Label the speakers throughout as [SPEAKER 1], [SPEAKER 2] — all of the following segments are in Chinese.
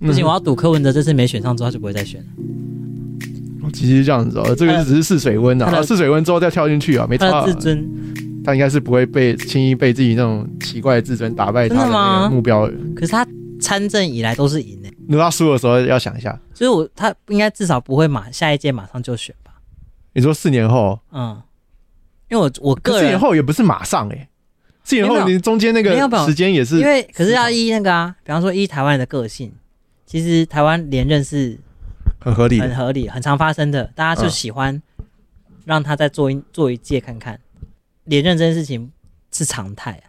[SPEAKER 1] 嗯
[SPEAKER 2] 不行，我要赌柯文哲这次没选上之后他就不会再选了，
[SPEAKER 1] 其实这样子哦，这个只是试水温
[SPEAKER 2] 他
[SPEAKER 1] 啊，
[SPEAKER 2] 的
[SPEAKER 1] 试水温之后再跳进去啊，没差
[SPEAKER 2] 他
[SPEAKER 1] 啊
[SPEAKER 2] 的呃自。尊。
[SPEAKER 1] 他应该是不会被轻易被自己那种奇怪的自尊打败他
[SPEAKER 2] 真的
[SPEAKER 1] 那
[SPEAKER 2] 吗
[SPEAKER 1] 个目标的。
[SPEAKER 2] 可是他参政以来都是赢的，
[SPEAKER 1] 如果他输的时候要想一下，
[SPEAKER 2] 所以我他应该至少不会马下一届马上就选吧？
[SPEAKER 1] 你说四年后，
[SPEAKER 2] 嗯，因为我我
[SPEAKER 1] 可
[SPEAKER 2] 个
[SPEAKER 1] 四
[SPEAKER 2] 人
[SPEAKER 1] 年后也不是马上哎、欸，四年
[SPEAKER 2] 没有
[SPEAKER 1] 后
[SPEAKER 2] 没有
[SPEAKER 1] 你中间那
[SPEAKER 2] 没有
[SPEAKER 1] 个
[SPEAKER 2] 没有
[SPEAKER 1] 时间也是
[SPEAKER 2] 因为可是
[SPEAKER 1] 思
[SPEAKER 2] 要
[SPEAKER 1] 考
[SPEAKER 2] 依那个啊，比方说依台湾人的个性，其实台湾连任是
[SPEAKER 1] 很合理
[SPEAKER 2] 很
[SPEAKER 1] 的。
[SPEAKER 2] 合理、很常发生的，大家就
[SPEAKER 1] 嗯
[SPEAKER 2] 喜欢让他再做一做一届看看，连任这件事情是常态啊，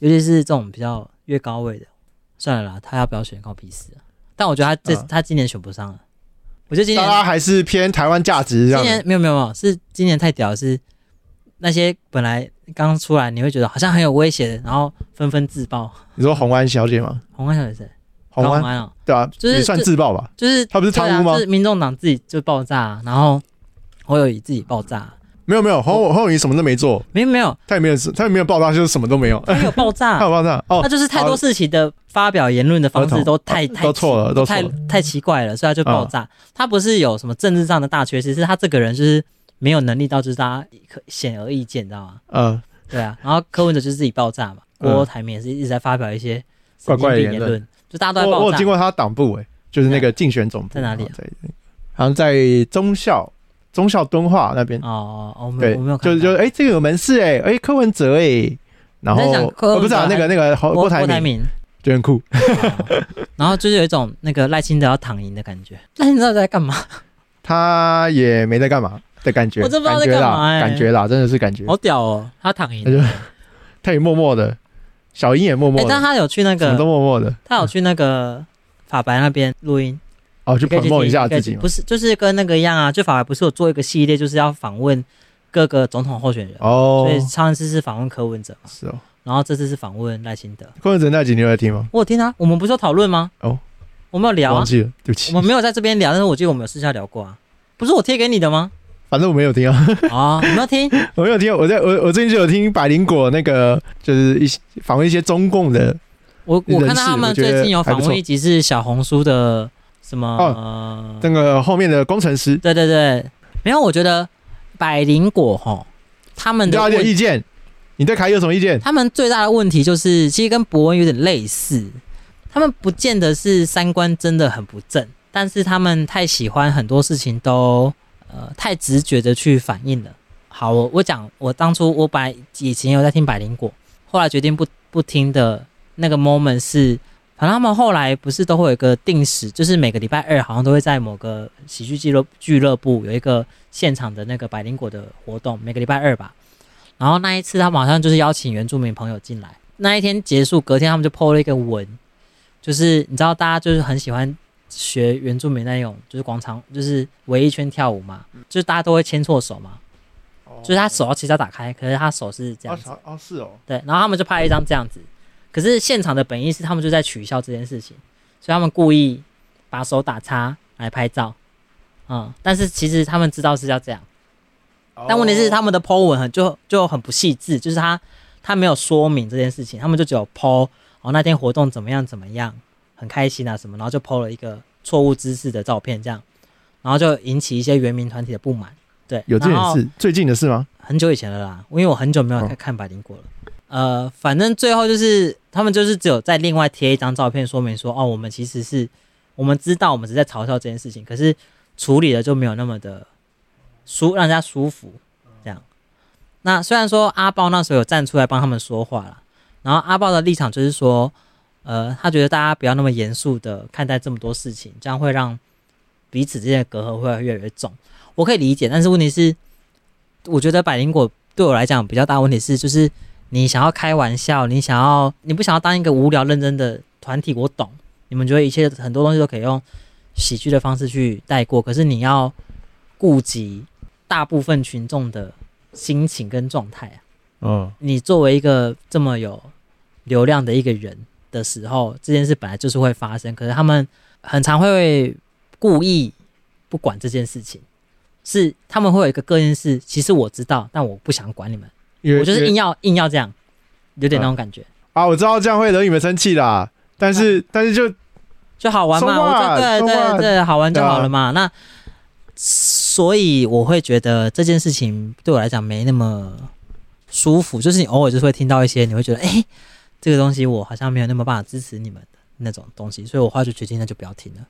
[SPEAKER 2] 尤其是这种比较越高位的，算了啦，他要不要选关我屁事啊、但我觉得他这、
[SPEAKER 1] 嗯
[SPEAKER 2] 他今年选不上了，我觉得今
[SPEAKER 1] 大
[SPEAKER 2] 年
[SPEAKER 1] 家还是偏台湾价值
[SPEAKER 2] 今
[SPEAKER 1] 这样
[SPEAKER 2] 年
[SPEAKER 1] 子，
[SPEAKER 2] 没有没有没有，是今年太屌了，是那些本来刚出来你会觉得好像很有威胁的，然后纷纷自爆。
[SPEAKER 1] 你说红安小姐吗？
[SPEAKER 2] 红安小姐是谁？
[SPEAKER 1] 红
[SPEAKER 2] 高
[SPEAKER 1] 安
[SPEAKER 2] 安哦，
[SPEAKER 1] 对啊，
[SPEAKER 2] 就是
[SPEAKER 1] 也算
[SPEAKER 2] 就
[SPEAKER 1] 自爆吧。
[SPEAKER 2] 就是
[SPEAKER 1] 他不是
[SPEAKER 2] 对
[SPEAKER 1] 贪污
[SPEAKER 2] 啊
[SPEAKER 1] 吗
[SPEAKER 2] 就是民众党自己就爆炸、然后侯友谊自己爆炸、
[SPEAKER 1] 没有没有，侯侯友谊什么都没做，
[SPEAKER 2] 没有没 有，
[SPEAKER 1] 他也没有他也没有爆炸，就是什么都没有。
[SPEAKER 2] 他有爆
[SPEAKER 1] 他有
[SPEAKER 2] 炸，
[SPEAKER 1] 爆炸 哦
[SPEAKER 2] 他，就是太多事情的发表言论的方
[SPEAKER 1] 儿
[SPEAKER 2] 式
[SPEAKER 1] 童
[SPEAKER 2] 都太太
[SPEAKER 1] 都错了，都错
[SPEAKER 2] 太
[SPEAKER 1] 了。嗯
[SPEAKER 2] 太奇怪了，所以他就爆炸。他不是有什么政治上的大缺失，是他这个人就是没有能力到就是大家可显而易见，你知道吗？
[SPEAKER 1] 嗯，
[SPEAKER 2] 对啊，然后柯文哲就是自己爆炸嘛，
[SPEAKER 1] 嗯
[SPEAKER 2] 郭台铭也是一直在发表一些
[SPEAKER 1] 怪怪的
[SPEAKER 2] 神经
[SPEAKER 1] 言
[SPEAKER 2] 病言
[SPEAKER 1] 论
[SPEAKER 2] 论，就大家都在
[SPEAKER 1] 我我
[SPEAKER 2] 爆
[SPEAKER 1] 有
[SPEAKER 2] 炸
[SPEAKER 1] 经。过他党部哎，就是那个竞选总部
[SPEAKER 2] 在哪里啊
[SPEAKER 1] 在好像在中校中校敦化那边。
[SPEAKER 2] 哦，哦我没
[SPEAKER 1] 对
[SPEAKER 2] 有我没有，看
[SPEAKER 1] 就
[SPEAKER 2] 到，
[SPEAKER 1] 是就是哎，这个有门市哎，哎，柯文哲哎，然
[SPEAKER 2] 你在讲
[SPEAKER 1] 后
[SPEAKER 2] 柯文哲
[SPEAKER 1] 哦不是啊，那个那个侯
[SPEAKER 2] 郭
[SPEAKER 1] 郭
[SPEAKER 2] 郭
[SPEAKER 1] 台
[SPEAKER 2] 台
[SPEAKER 1] 铭
[SPEAKER 2] 铭。
[SPEAKER 1] 就很酷，
[SPEAKER 2] 然后就是有一种那个赖清德要躺赢的感觉。赖清德在干嘛？
[SPEAKER 1] 他也没在干嘛的感觉，
[SPEAKER 2] 我真不知道在
[SPEAKER 1] 感觉啦
[SPEAKER 2] 干嘛欸
[SPEAKER 1] 感觉啦，真的是感觉，
[SPEAKER 2] 好屌哦！
[SPEAKER 3] 他躺赢
[SPEAKER 1] 他，就他也默默的，小英也默默
[SPEAKER 2] 哎、
[SPEAKER 1] 的，
[SPEAKER 2] 但他有去那
[SPEAKER 1] 什么
[SPEAKER 2] 个，
[SPEAKER 1] 都默默的，
[SPEAKER 2] 他有去那个法白那边录音，
[SPEAKER 1] 哦，去
[SPEAKER 2] 你可以
[SPEAKER 1] 捧梦一下
[SPEAKER 2] 听你可
[SPEAKER 1] 自
[SPEAKER 2] 以
[SPEAKER 1] 己
[SPEAKER 2] 去
[SPEAKER 1] 嘛，
[SPEAKER 2] 不是，就是跟那个一样啊。就法白不是有做一个系列，就是要访问各个总统候选人。
[SPEAKER 1] 哦
[SPEAKER 2] 所，以上一次是访问柯文哲嘛，
[SPEAKER 1] 是哦，
[SPEAKER 2] 然后这次是访问赖清德。
[SPEAKER 1] 柯文哲那集你有在听吗？
[SPEAKER 2] 我有听啊，我们不是有讨论吗？
[SPEAKER 1] 哦，
[SPEAKER 2] 我们有聊
[SPEAKER 1] 忘
[SPEAKER 2] 啊，
[SPEAKER 1] 记了，对不起
[SPEAKER 2] 我，们没有在这边聊，但是我记得我们有私下聊过啊。不是我贴给你的 吗？
[SPEAKER 1] 反正我没有听啊，
[SPEAKER 2] 啊、你没有听？
[SPEAKER 1] 我没有听，我在我我最近就有听百灵果那个，就是一些访问一些中共的，
[SPEAKER 2] 我我看
[SPEAKER 1] 人
[SPEAKER 2] 到
[SPEAKER 1] 事
[SPEAKER 2] 他们
[SPEAKER 1] 我觉得
[SPEAKER 2] 最近有访
[SPEAKER 1] 还不错
[SPEAKER 2] 问一集是小红书的什么？
[SPEAKER 1] 那个后面的工程师，
[SPEAKER 2] 对对对，没有，我觉得百灵果吼，他们
[SPEAKER 1] 你
[SPEAKER 2] 的
[SPEAKER 1] 对他有
[SPEAKER 2] 问
[SPEAKER 1] 意见？你对凯有什么意见？
[SPEAKER 2] 他们最大的问题就是，其实跟博文有点类似，他们不见得是三观真的很不正，但是他们太喜欢很多事情都呃太直觉的去反应了。好，我我讲，我当初我本来以前有在听百灵果，后来决定不不听的那个 moment 是，反正他们后来不是都会有一个定时，就是每个礼拜二好像都会在某个喜剧俱乐俱乐部有一个现场的那个百灵果的活动，每个礼拜二吧。然后那一次他们好像就是邀请原住民朋友进来，那一天结束，隔天他们就 PO 了一个文，就是你知道大家就是很喜欢学原住民那种，就是广场就是围一圈跳舞嘛，就是大家都会牵错手嘛，就是他手要其实要打开，可是他手是这样子，
[SPEAKER 1] 哦哦是哦，
[SPEAKER 2] 对，然后他们就拍了一张这样子，可是现场的本意是他们就在取消这件事情，所以他们故意把手打叉来拍照，嗯，但是其实他们知道是要这样。
[SPEAKER 1] 哦
[SPEAKER 2] 但问题是他们的 Po 文很就就很不细致，就是他他没有说明这件事情，他们就只有 Po 哦那天活动怎么样怎么样，很开心啊什么，然后就 Po 了一个错误姿势的照片这样，然后就引起一些原民团体的不满。对，
[SPEAKER 1] 有这
[SPEAKER 2] 然
[SPEAKER 1] 件
[SPEAKER 2] 后
[SPEAKER 1] 事，最近的事吗？
[SPEAKER 2] 很久以前了啦，因为我很久没有看看百灵果了。呃，反正最后就是他们就是只有再另外贴一张照片，说明说哦，我们其实是我们知道我们只是在嘲笑这件事情，可是处理的就没有那么的舒，让人家舒服这样。那虽然说阿豹那时候有站出来帮他们说话啦，然后阿豹的立场就是说，呃，他觉得大家不要那么严肃的看待这么多事情，这样会让彼此之间的隔阂会越来越重。我可以理解，但是问题是，我觉得百灵果对我来讲比较大的问题是，就是你想要开玩笑，你想要你不想要当一个无聊认真的团体，我懂。你们觉得一切很多东西都可以用喜剧的方式去带过，可是你要顾及大部分群众的心情跟状态啊。
[SPEAKER 1] 嗯，
[SPEAKER 2] 你作为一个这么有流量的一个人的时候，这件事本来就是会发生，可是他们很常会故意不管这件事情，是他们会有一个个性是，其实我知道，但我不想管你们，
[SPEAKER 1] 因为
[SPEAKER 2] 我就
[SPEAKER 1] 因
[SPEAKER 2] 是
[SPEAKER 1] 为
[SPEAKER 2] 硬要硬要这样，有点那种感觉。
[SPEAKER 1] 啊，我知道这样会惹你们生气啦，但是但是就
[SPEAKER 2] 就好玩
[SPEAKER 1] So
[SPEAKER 2] 嘛，我就
[SPEAKER 1] what？
[SPEAKER 2] 对
[SPEAKER 1] So
[SPEAKER 2] 对
[SPEAKER 1] what？
[SPEAKER 2] 对，好玩就
[SPEAKER 1] 对啊
[SPEAKER 2] 好了嘛。那所以我会觉得这件事情对我来讲没那么舒服，就是你偶尔就是会听到一些，你会觉得哎、诶这个东西我好像没有那么办法支持你们的那种东西，所以我后来就决定那就不要听了。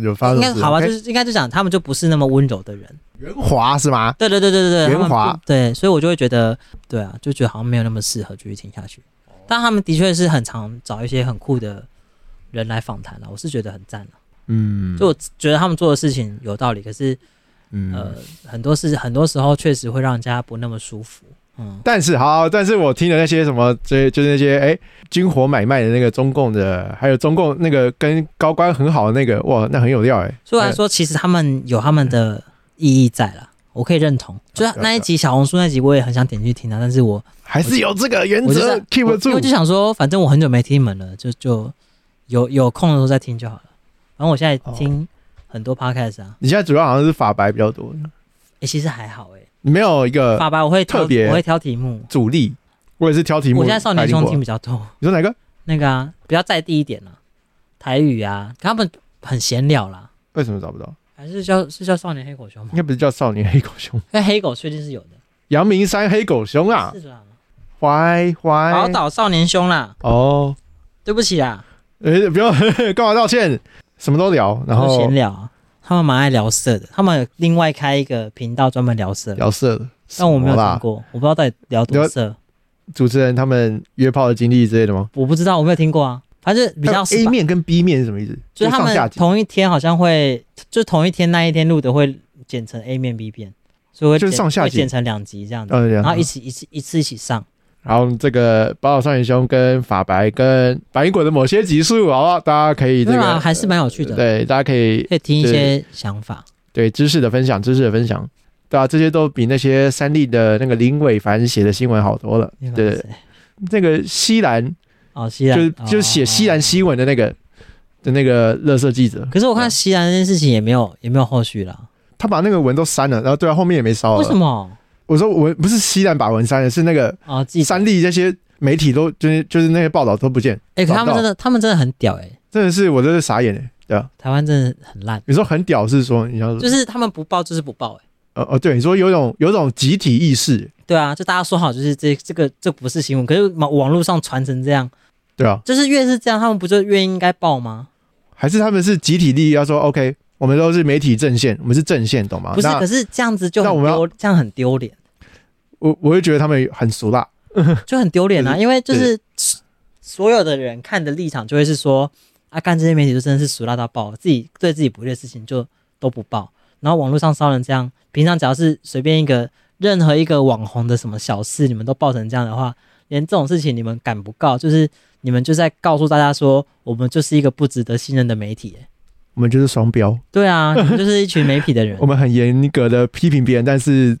[SPEAKER 1] 有发生
[SPEAKER 2] 应
[SPEAKER 1] 这
[SPEAKER 2] 该
[SPEAKER 1] 种事
[SPEAKER 2] 好吧，啊就
[SPEAKER 1] 哎
[SPEAKER 2] 是应该就讲他们就不是那么温柔的人。
[SPEAKER 1] 圆滑是吗？
[SPEAKER 2] 对对对对对对，
[SPEAKER 1] 圆
[SPEAKER 2] 他们
[SPEAKER 1] 滑
[SPEAKER 2] 不对，所以我就会觉得，对啊，就觉得好像没有那么适合继续听下去。但他们的确是很常找一些很酷的人来访谈了，啊我是觉得很赞了。
[SPEAKER 1] 嗯，
[SPEAKER 2] 就我觉得他们做的事情有道理，可是呃
[SPEAKER 1] 嗯，，
[SPEAKER 2] 很多事很多时候确实会让人家不那么舒服。嗯，
[SPEAKER 1] 但是好，但是我听的那些什么，这就是那些哎，军火买卖的那个中共的，还有中共那个跟高官很好的那个，哇，那很有料哎。
[SPEAKER 2] 所以我来说，其实他们有他们的意义在了。我可以认同，就是
[SPEAKER 1] 对啊
[SPEAKER 2] 那一集小红书那集，我也很想点进去听啊，但是我
[SPEAKER 1] 还是有这个原
[SPEAKER 2] 我就
[SPEAKER 1] 则
[SPEAKER 2] 是
[SPEAKER 1] keep 得
[SPEAKER 2] 我因
[SPEAKER 1] 住
[SPEAKER 2] 为就。想说，反正我很久没听你们了，就就有有空的时候再听就好了。反正我现在
[SPEAKER 1] 哦
[SPEAKER 2] 听很多 podcast 啊，
[SPEAKER 1] 你现在主要好像是法白比较多，
[SPEAKER 2] 诶，其实还好诶。
[SPEAKER 1] 你没有一个
[SPEAKER 2] 爸爸，我会挑
[SPEAKER 1] 呃特别
[SPEAKER 2] 我会挑题目。
[SPEAKER 1] 主力。我也是挑题目。
[SPEAKER 2] 我现在少年
[SPEAKER 1] 百
[SPEAKER 2] 兄
[SPEAKER 1] 灵果
[SPEAKER 2] 听比较多，
[SPEAKER 1] 你说哪个？
[SPEAKER 2] 那个啊，比较在地一点啊，台语啊，他们很闲聊啦。
[SPEAKER 1] 为什么找不到？
[SPEAKER 2] 还是叫是叫少年黑狗熊吗
[SPEAKER 1] 应？该不是叫少年黑狗熊，
[SPEAKER 2] 那黑狗确定是有的，
[SPEAKER 1] 阳明山黑狗熊啊，哎
[SPEAKER 2] 是啦，
[SPEAKER 1] 怀怀
[SPEAKER 2] 宝岛少年兄啦，
[SPEAKER 1] 哦，
[SPEAKER 2] 对不起啦，
[SPEAKER 1] 哎、不要 干嘛道歉，什么都聊，然
[SPEAKER 2] 就
[SPEAKER 1] 后
[SPEAKER 2] 闲聊啊。他们蛮爱聊色的，他们有另外开一个频道专门聊色，
[SPEAKER 1] 聊色的。
[SPEAKER 2] 但我没有
[SPEAKER 1] 什么
[SPEAKER 2] 听
[SPEAKER 1] 啦。
[SPEAKER 2] 过，我不知道到底聊多色，
[SPEAKER 1] 主持人他们约炮的经历之类的吗？
[SPEAKER 2] 我不知道，我没有听过啊。反正比较
[SPEAKER 1] 还有 A
[SPEAKER 2] 死板
[SPEAKER 1] 面跟 B 面是什么意思？
[SPEAKER 2] 就是他
[SPEAKER 1] 上下
[SPEAKER 2] 们
[SPEAKER 1] 集，
[SPEAKER 2] 同一天好像会，就同一天那一天录的会剪成 A 面 B 面，所以会
[SPEAKER 1] 就是
[SPEAKER 2] 剪
[SPEAKER 1] 上下
[SPEAKER 2] 会
[SPEAKER 1] 集
[SPEAKER 2] 剪成两集这样子，
[SPEAKER 1] 呃，
[SPEAKER 2] 然后
[SPEAKER 1] 然
[SPEAKER 2] 啊一起一次一次一起上。
[SPEAKER 1] 然后这个宝岛少年兄跟法白跟白银果的某些集数，好不好？大家可以这
[SPEAKER 2] 对
[SPEAKER 1] 个
[SPEAKER 2] 啊，还是蛮有趣的，
[SPEAKER 1] 对，大家可以
[SPEAKER 2] 可以听一些想法。
[SPEAKER 1] 对知识的分享，知识的分享，对啊，这些都比那些三立的那个林伟凡写的新闻好多了。对，那个西兰
[SPEAKER 2] 哦，西兰
[SPEAKER 1] 就是就是写西兰。
[SPEAKER 2] 哦哦
[SPEAKER 1] 新闻的那个的那个乐色记者
[SPEAKER 2] 哦，可是我看西兰那件事情也没有也没有后续了，
[SPEAKER 1] 他把那个文都删了，然后对啊，后面也没烧了。
[SPEAKER 2] 为什？么？
[SPEAKER 1] 我说文不是西兰把文删了，是那个
[SPEAKER 2] 哦，自己
[SPEAKER 1] 三立这些媒体都就是就是那些报道都不见，
[SPEAKER 2] 哎，可他
[SPEAKER 1] 找不
[SPEAKER 2] 们
[SPEAKER 1] 到
[SPEAKER 2] 真的他们真的很屌哎，
[SPEAKER 1] 真的是我真是傻眼哎、对啊，
[SPEAKER 2] 台湾真的很烂，
[SPEAKER 1] 你说很屌是说你要
[SPEAKER 2] 就是他们不报就是不报哎。
[SPEAKER 1] 呃哦对，你说有种有种集体意识，
[SPEAKER 2] 对啊，就大家说好，就是这这个这不是新闻，可是网网络上传成这样，
[SPEAKER 1] 对啊，
[SPEAKER 2] 就是越是这样，他们不就越应该报吗？
[SPEAKER 1] 还是他们是集体利益要说 OK，我们都是媒体阵线，我们是阵线，懂吗？
[SPEAKER 2] 不是，
[SPEAKER 1] 啊那
[SPEAKER 2] 可是这样子就
[SPEAKER 1] 那
[SPEAKER 2] 很
[SPEAKER 1] 我们要
[SPEAKER 2] 丢，这样很丢脸，
[SPEAKER 1] 我我会觉得他们很俗辣，
[SPEAKER 2] 就很丢脸啊！
[SPEAKER 1] 就是
[SPEAKER 2] 因为就是所有的人看的立场就会是说，啊，干这些媒体就真的是俗辣到爆，自己对自己不利的事情就都不报，然后网络上烧成这样，平常只要是随便一个任何一个网红的什么小事，你们都报成这样的话，连这种事情你们敢不告，就是你们就在告诉大家说，我们就是一个不值得信任的媒体、欸
[SPEAKER 1] 我们就是双标，
[SPEAKER 2] 对 啊，你们就是一群媒体的人
[SPEAKER 1] 我，们很严格的批评别人，但是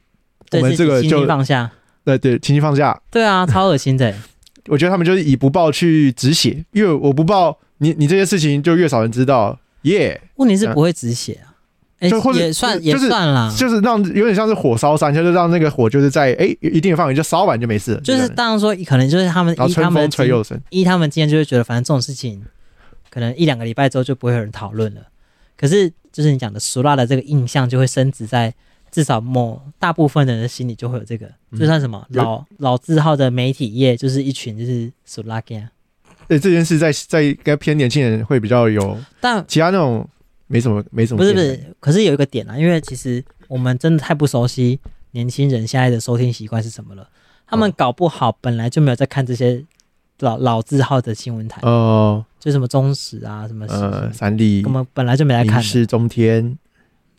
[SPEAKER 2] 对
[SPEAKER 1] 我们
[SPEAKER 2] 自己
[SPEAKER 1] 这个
[SPEAKER 2] 心
[SPEAKER 1] 就
[SPEAKER 2] 情放下，
[SPEAKER 1] 对对，情绪放下，
[SPEAKER 2] 对啊，超恶心的欸、
[SPEAKER 1] 我觉得他们就是以不报去止血，越我不报，你你这些事情就越少人知道，耶、
[SPEAKER 2] 问题是不会止血啊，哎、
[SPEAKER 1] 就或者
[SPEAKER 2] 也算也
[SPEAKER 1] 就是
[SPEAKER 2] 算啦，
[SPEAKER 1] 就是让有点像是火烧山，就是让那个火就是在哎、一定的范围就烧完就没事了，
[SPEAKER 2] 就是
[SPEAKER 1] 这样
[SPEAKER 2] 当然说，可能就是他们
[SPEAKER 1] 然后
[SPEAKER 2] 依他
[SPEAKER 1] 春风
[SPEAKER 2] 们
[SPEAKER 1] 吹
[SPEAKER 2] 的
[SPEAKER 1] 又生，
[SPEAKER 2] 依他们今天就会觉得，反正这种事情可能一两个礼拜之后就不会有人讨论了。可是就是你讲的俗辣的这个印象，就会升值在至少某大部分人的心里就会有这个，
[SPEAKER 1] 嗯
[SPEAKER 2] 就算什么
[SPEAKER 1] 有
[SPEAKER 2] 老老字号的媒体业，就是一群就是啊俗辣 g
[SPEAKER 1] 对这件事在在应该偏年轻人会比较有，
[SPEAKER 2] 但
[SPEAKER 1] 其他那种没什么没什么
[SPEAKER 2] 不是
[SPEAKER 1] 变
[SPEAKER 2] 不
[SPEAKER 1] 的，
[SPEAKER 2] 是，可是有一个点啊，因为其实我们真的太不熟悉年轻人现在的收听习惯是什么了。他们
[SPEAKER 1] 哦
[SPEAKER 2] 搞不好本来就没有在看这些老老字号的新闻台，
[SPEAKER 1] 哦
[SPEAKER 2] 就什么中时啊，什么什么
[SPEAKER 1] 呃三立
[SPEAKER 2] 我们本来就没来
[SPEAKER 1] 影
[SPEAKER 2] 看的，
[SPEAKER 1] 视中天，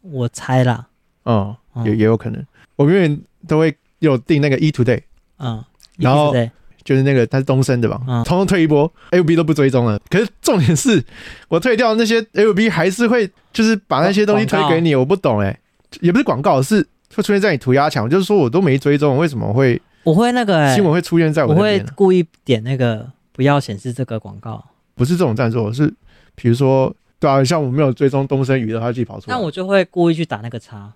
[SPEAKER 2] 我猜啦，
[SPEAKER 1] 哦、
[SPEAKER 2] 嗯
[SPEAKER 1] 也也有可能，我永远都会有订那个 E Today，
[SPEAKER 2] 嗯，
[SPEAKER 1] 然后
[SPEAKER 2] 对
[SPEAKER 1] 就是那个他是东升的吧，
[SPEAKER 2] 嗯
[SPEAKER 1] 通通退一波，LB 都不追踪了。可是重点是 我退掉那些 LB 还是会就是把那些东西推给你，我不懂哎、也不是广告，是会出现在你涂鸦墙，就是说我都没追踪，为什么会
[SPEAKER 2] 我会那个、欸
[SPEAKER 1] 新，闻会出现在我
[SPEAKER 2] 我
[SPEAKER 1] 这
[SPEAKER 2] 会
[SPEAKER 1] 边呢？
[SPEAKER 2] 故意点那个不要显示这个广告，
[SPEAKER 1] 不是这种赞助，是比如说对啊，像我没有追踪东升娱乐，他自己跑出来，
[SPEAKER 2] 但我就会故意去打那个叉，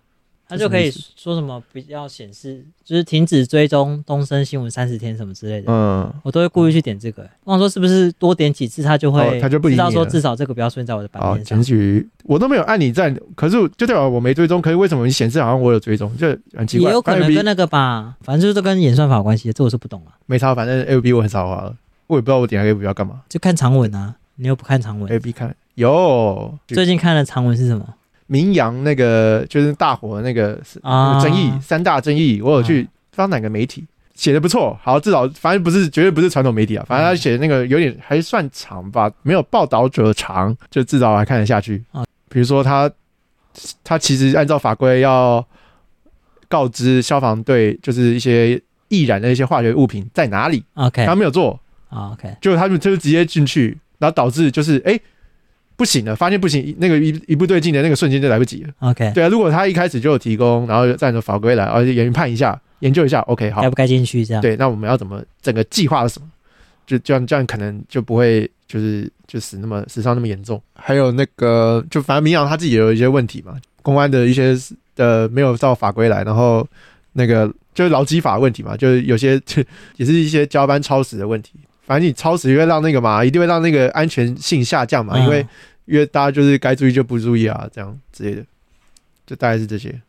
[SPEAKER 2] 他就可以说什么比较显示，就是停止追踪东森新闻三十天什么之类的，
[SPEAKER 1] 嗯，
[SPEAKER 2] 我都会故意去点这个、欸。我想说是不是多点几次他就
[SPEAKER 1] 哦
[SPEAKER 2] 会，
[SPEAKER 1] 他就不
[SPEAKER 2] 知
[SPEAKER 1] 理你
[SPEAKER 2] 道说
[SPEAKER 1] 了哦
[SPEAKER 2] 至少这个不要出现在我的版
[SPEAKER 1] 好，
[SPEAKER 2] 面
[SPEAKER 1] 检
[SPEAKER 2] 上。
[SPEAKER 1] 举我都没有按你赞，可是我就代表我没追踪，可是为什么你显示好像我有追踪，就很奇怪。
[SPEAKER 2] 也有可能
[SPEAKER 1] LB
[SPEAKER 2] 跟那个吧，反正就是这跟演算法有关系，这我是不懂啊，
[SPEAKER 1] 没差，反正 A B 我很少滑了，我也不知道我点开 A B 要干嘛。
[SPEAKER 2] 就看长文啊，你又不看长文。
[SPEAKER 1] A B 看有
[SPEAKER 2] 最近看的长文是什么？
[SPEAKER 1] 明阳那个就是大火那个是
[SPEAKER 2] 啊
[SPEAKER 1] 争议三大争议，我有去翻哪个媒体写的不错，好，至少反正不是绝对不是传统媒体啊，反正他写的那个有点还算长吧，没有报道者长，就至少还看得下去
[SPEAKER 2] 啊。
[SPEAKER 1] 比如说他他其实按照法规要告知消防队，就是一些易燃的一些化学物品在哪里，
[SPEAKER 2] ？OK，
[SPEAKER 1] 他没有做，
[SPEAKER 2] 啊 OK，
[SPEAKER 1] 就他们就直接进去，然后导致就是哎、诶不行了，发现不行，那个一一步对进的那个瞬间就来不及了。
[SPEAKER 2] OK，
[SPEAKER 1] 对啊，如果他一开始就有提供，然后再按照法规来，而且研判一下、研究一下，OK，好
[SPEAKER 2] 该，不该进去这样？
[SPEAKER 1] 对，那我们要怎么整个计划是什么？就这样，这样可能就不会就是就死那么死伤那么严重。还有那个，就反正明阳他自己也有一些问题嘛，公安的一些呃没有照法规来，然后那个就是劳基法问题嘛，就是有些 也是一些交班超时的问题。反正你超时，会让那个嘛，一定会让那个安全性下降嘛，因为
[SPEAKER 2] 嗯
[SPEAKER 1] 因为大家就是该注意就不注意啊，这样之类的，就大概是这些。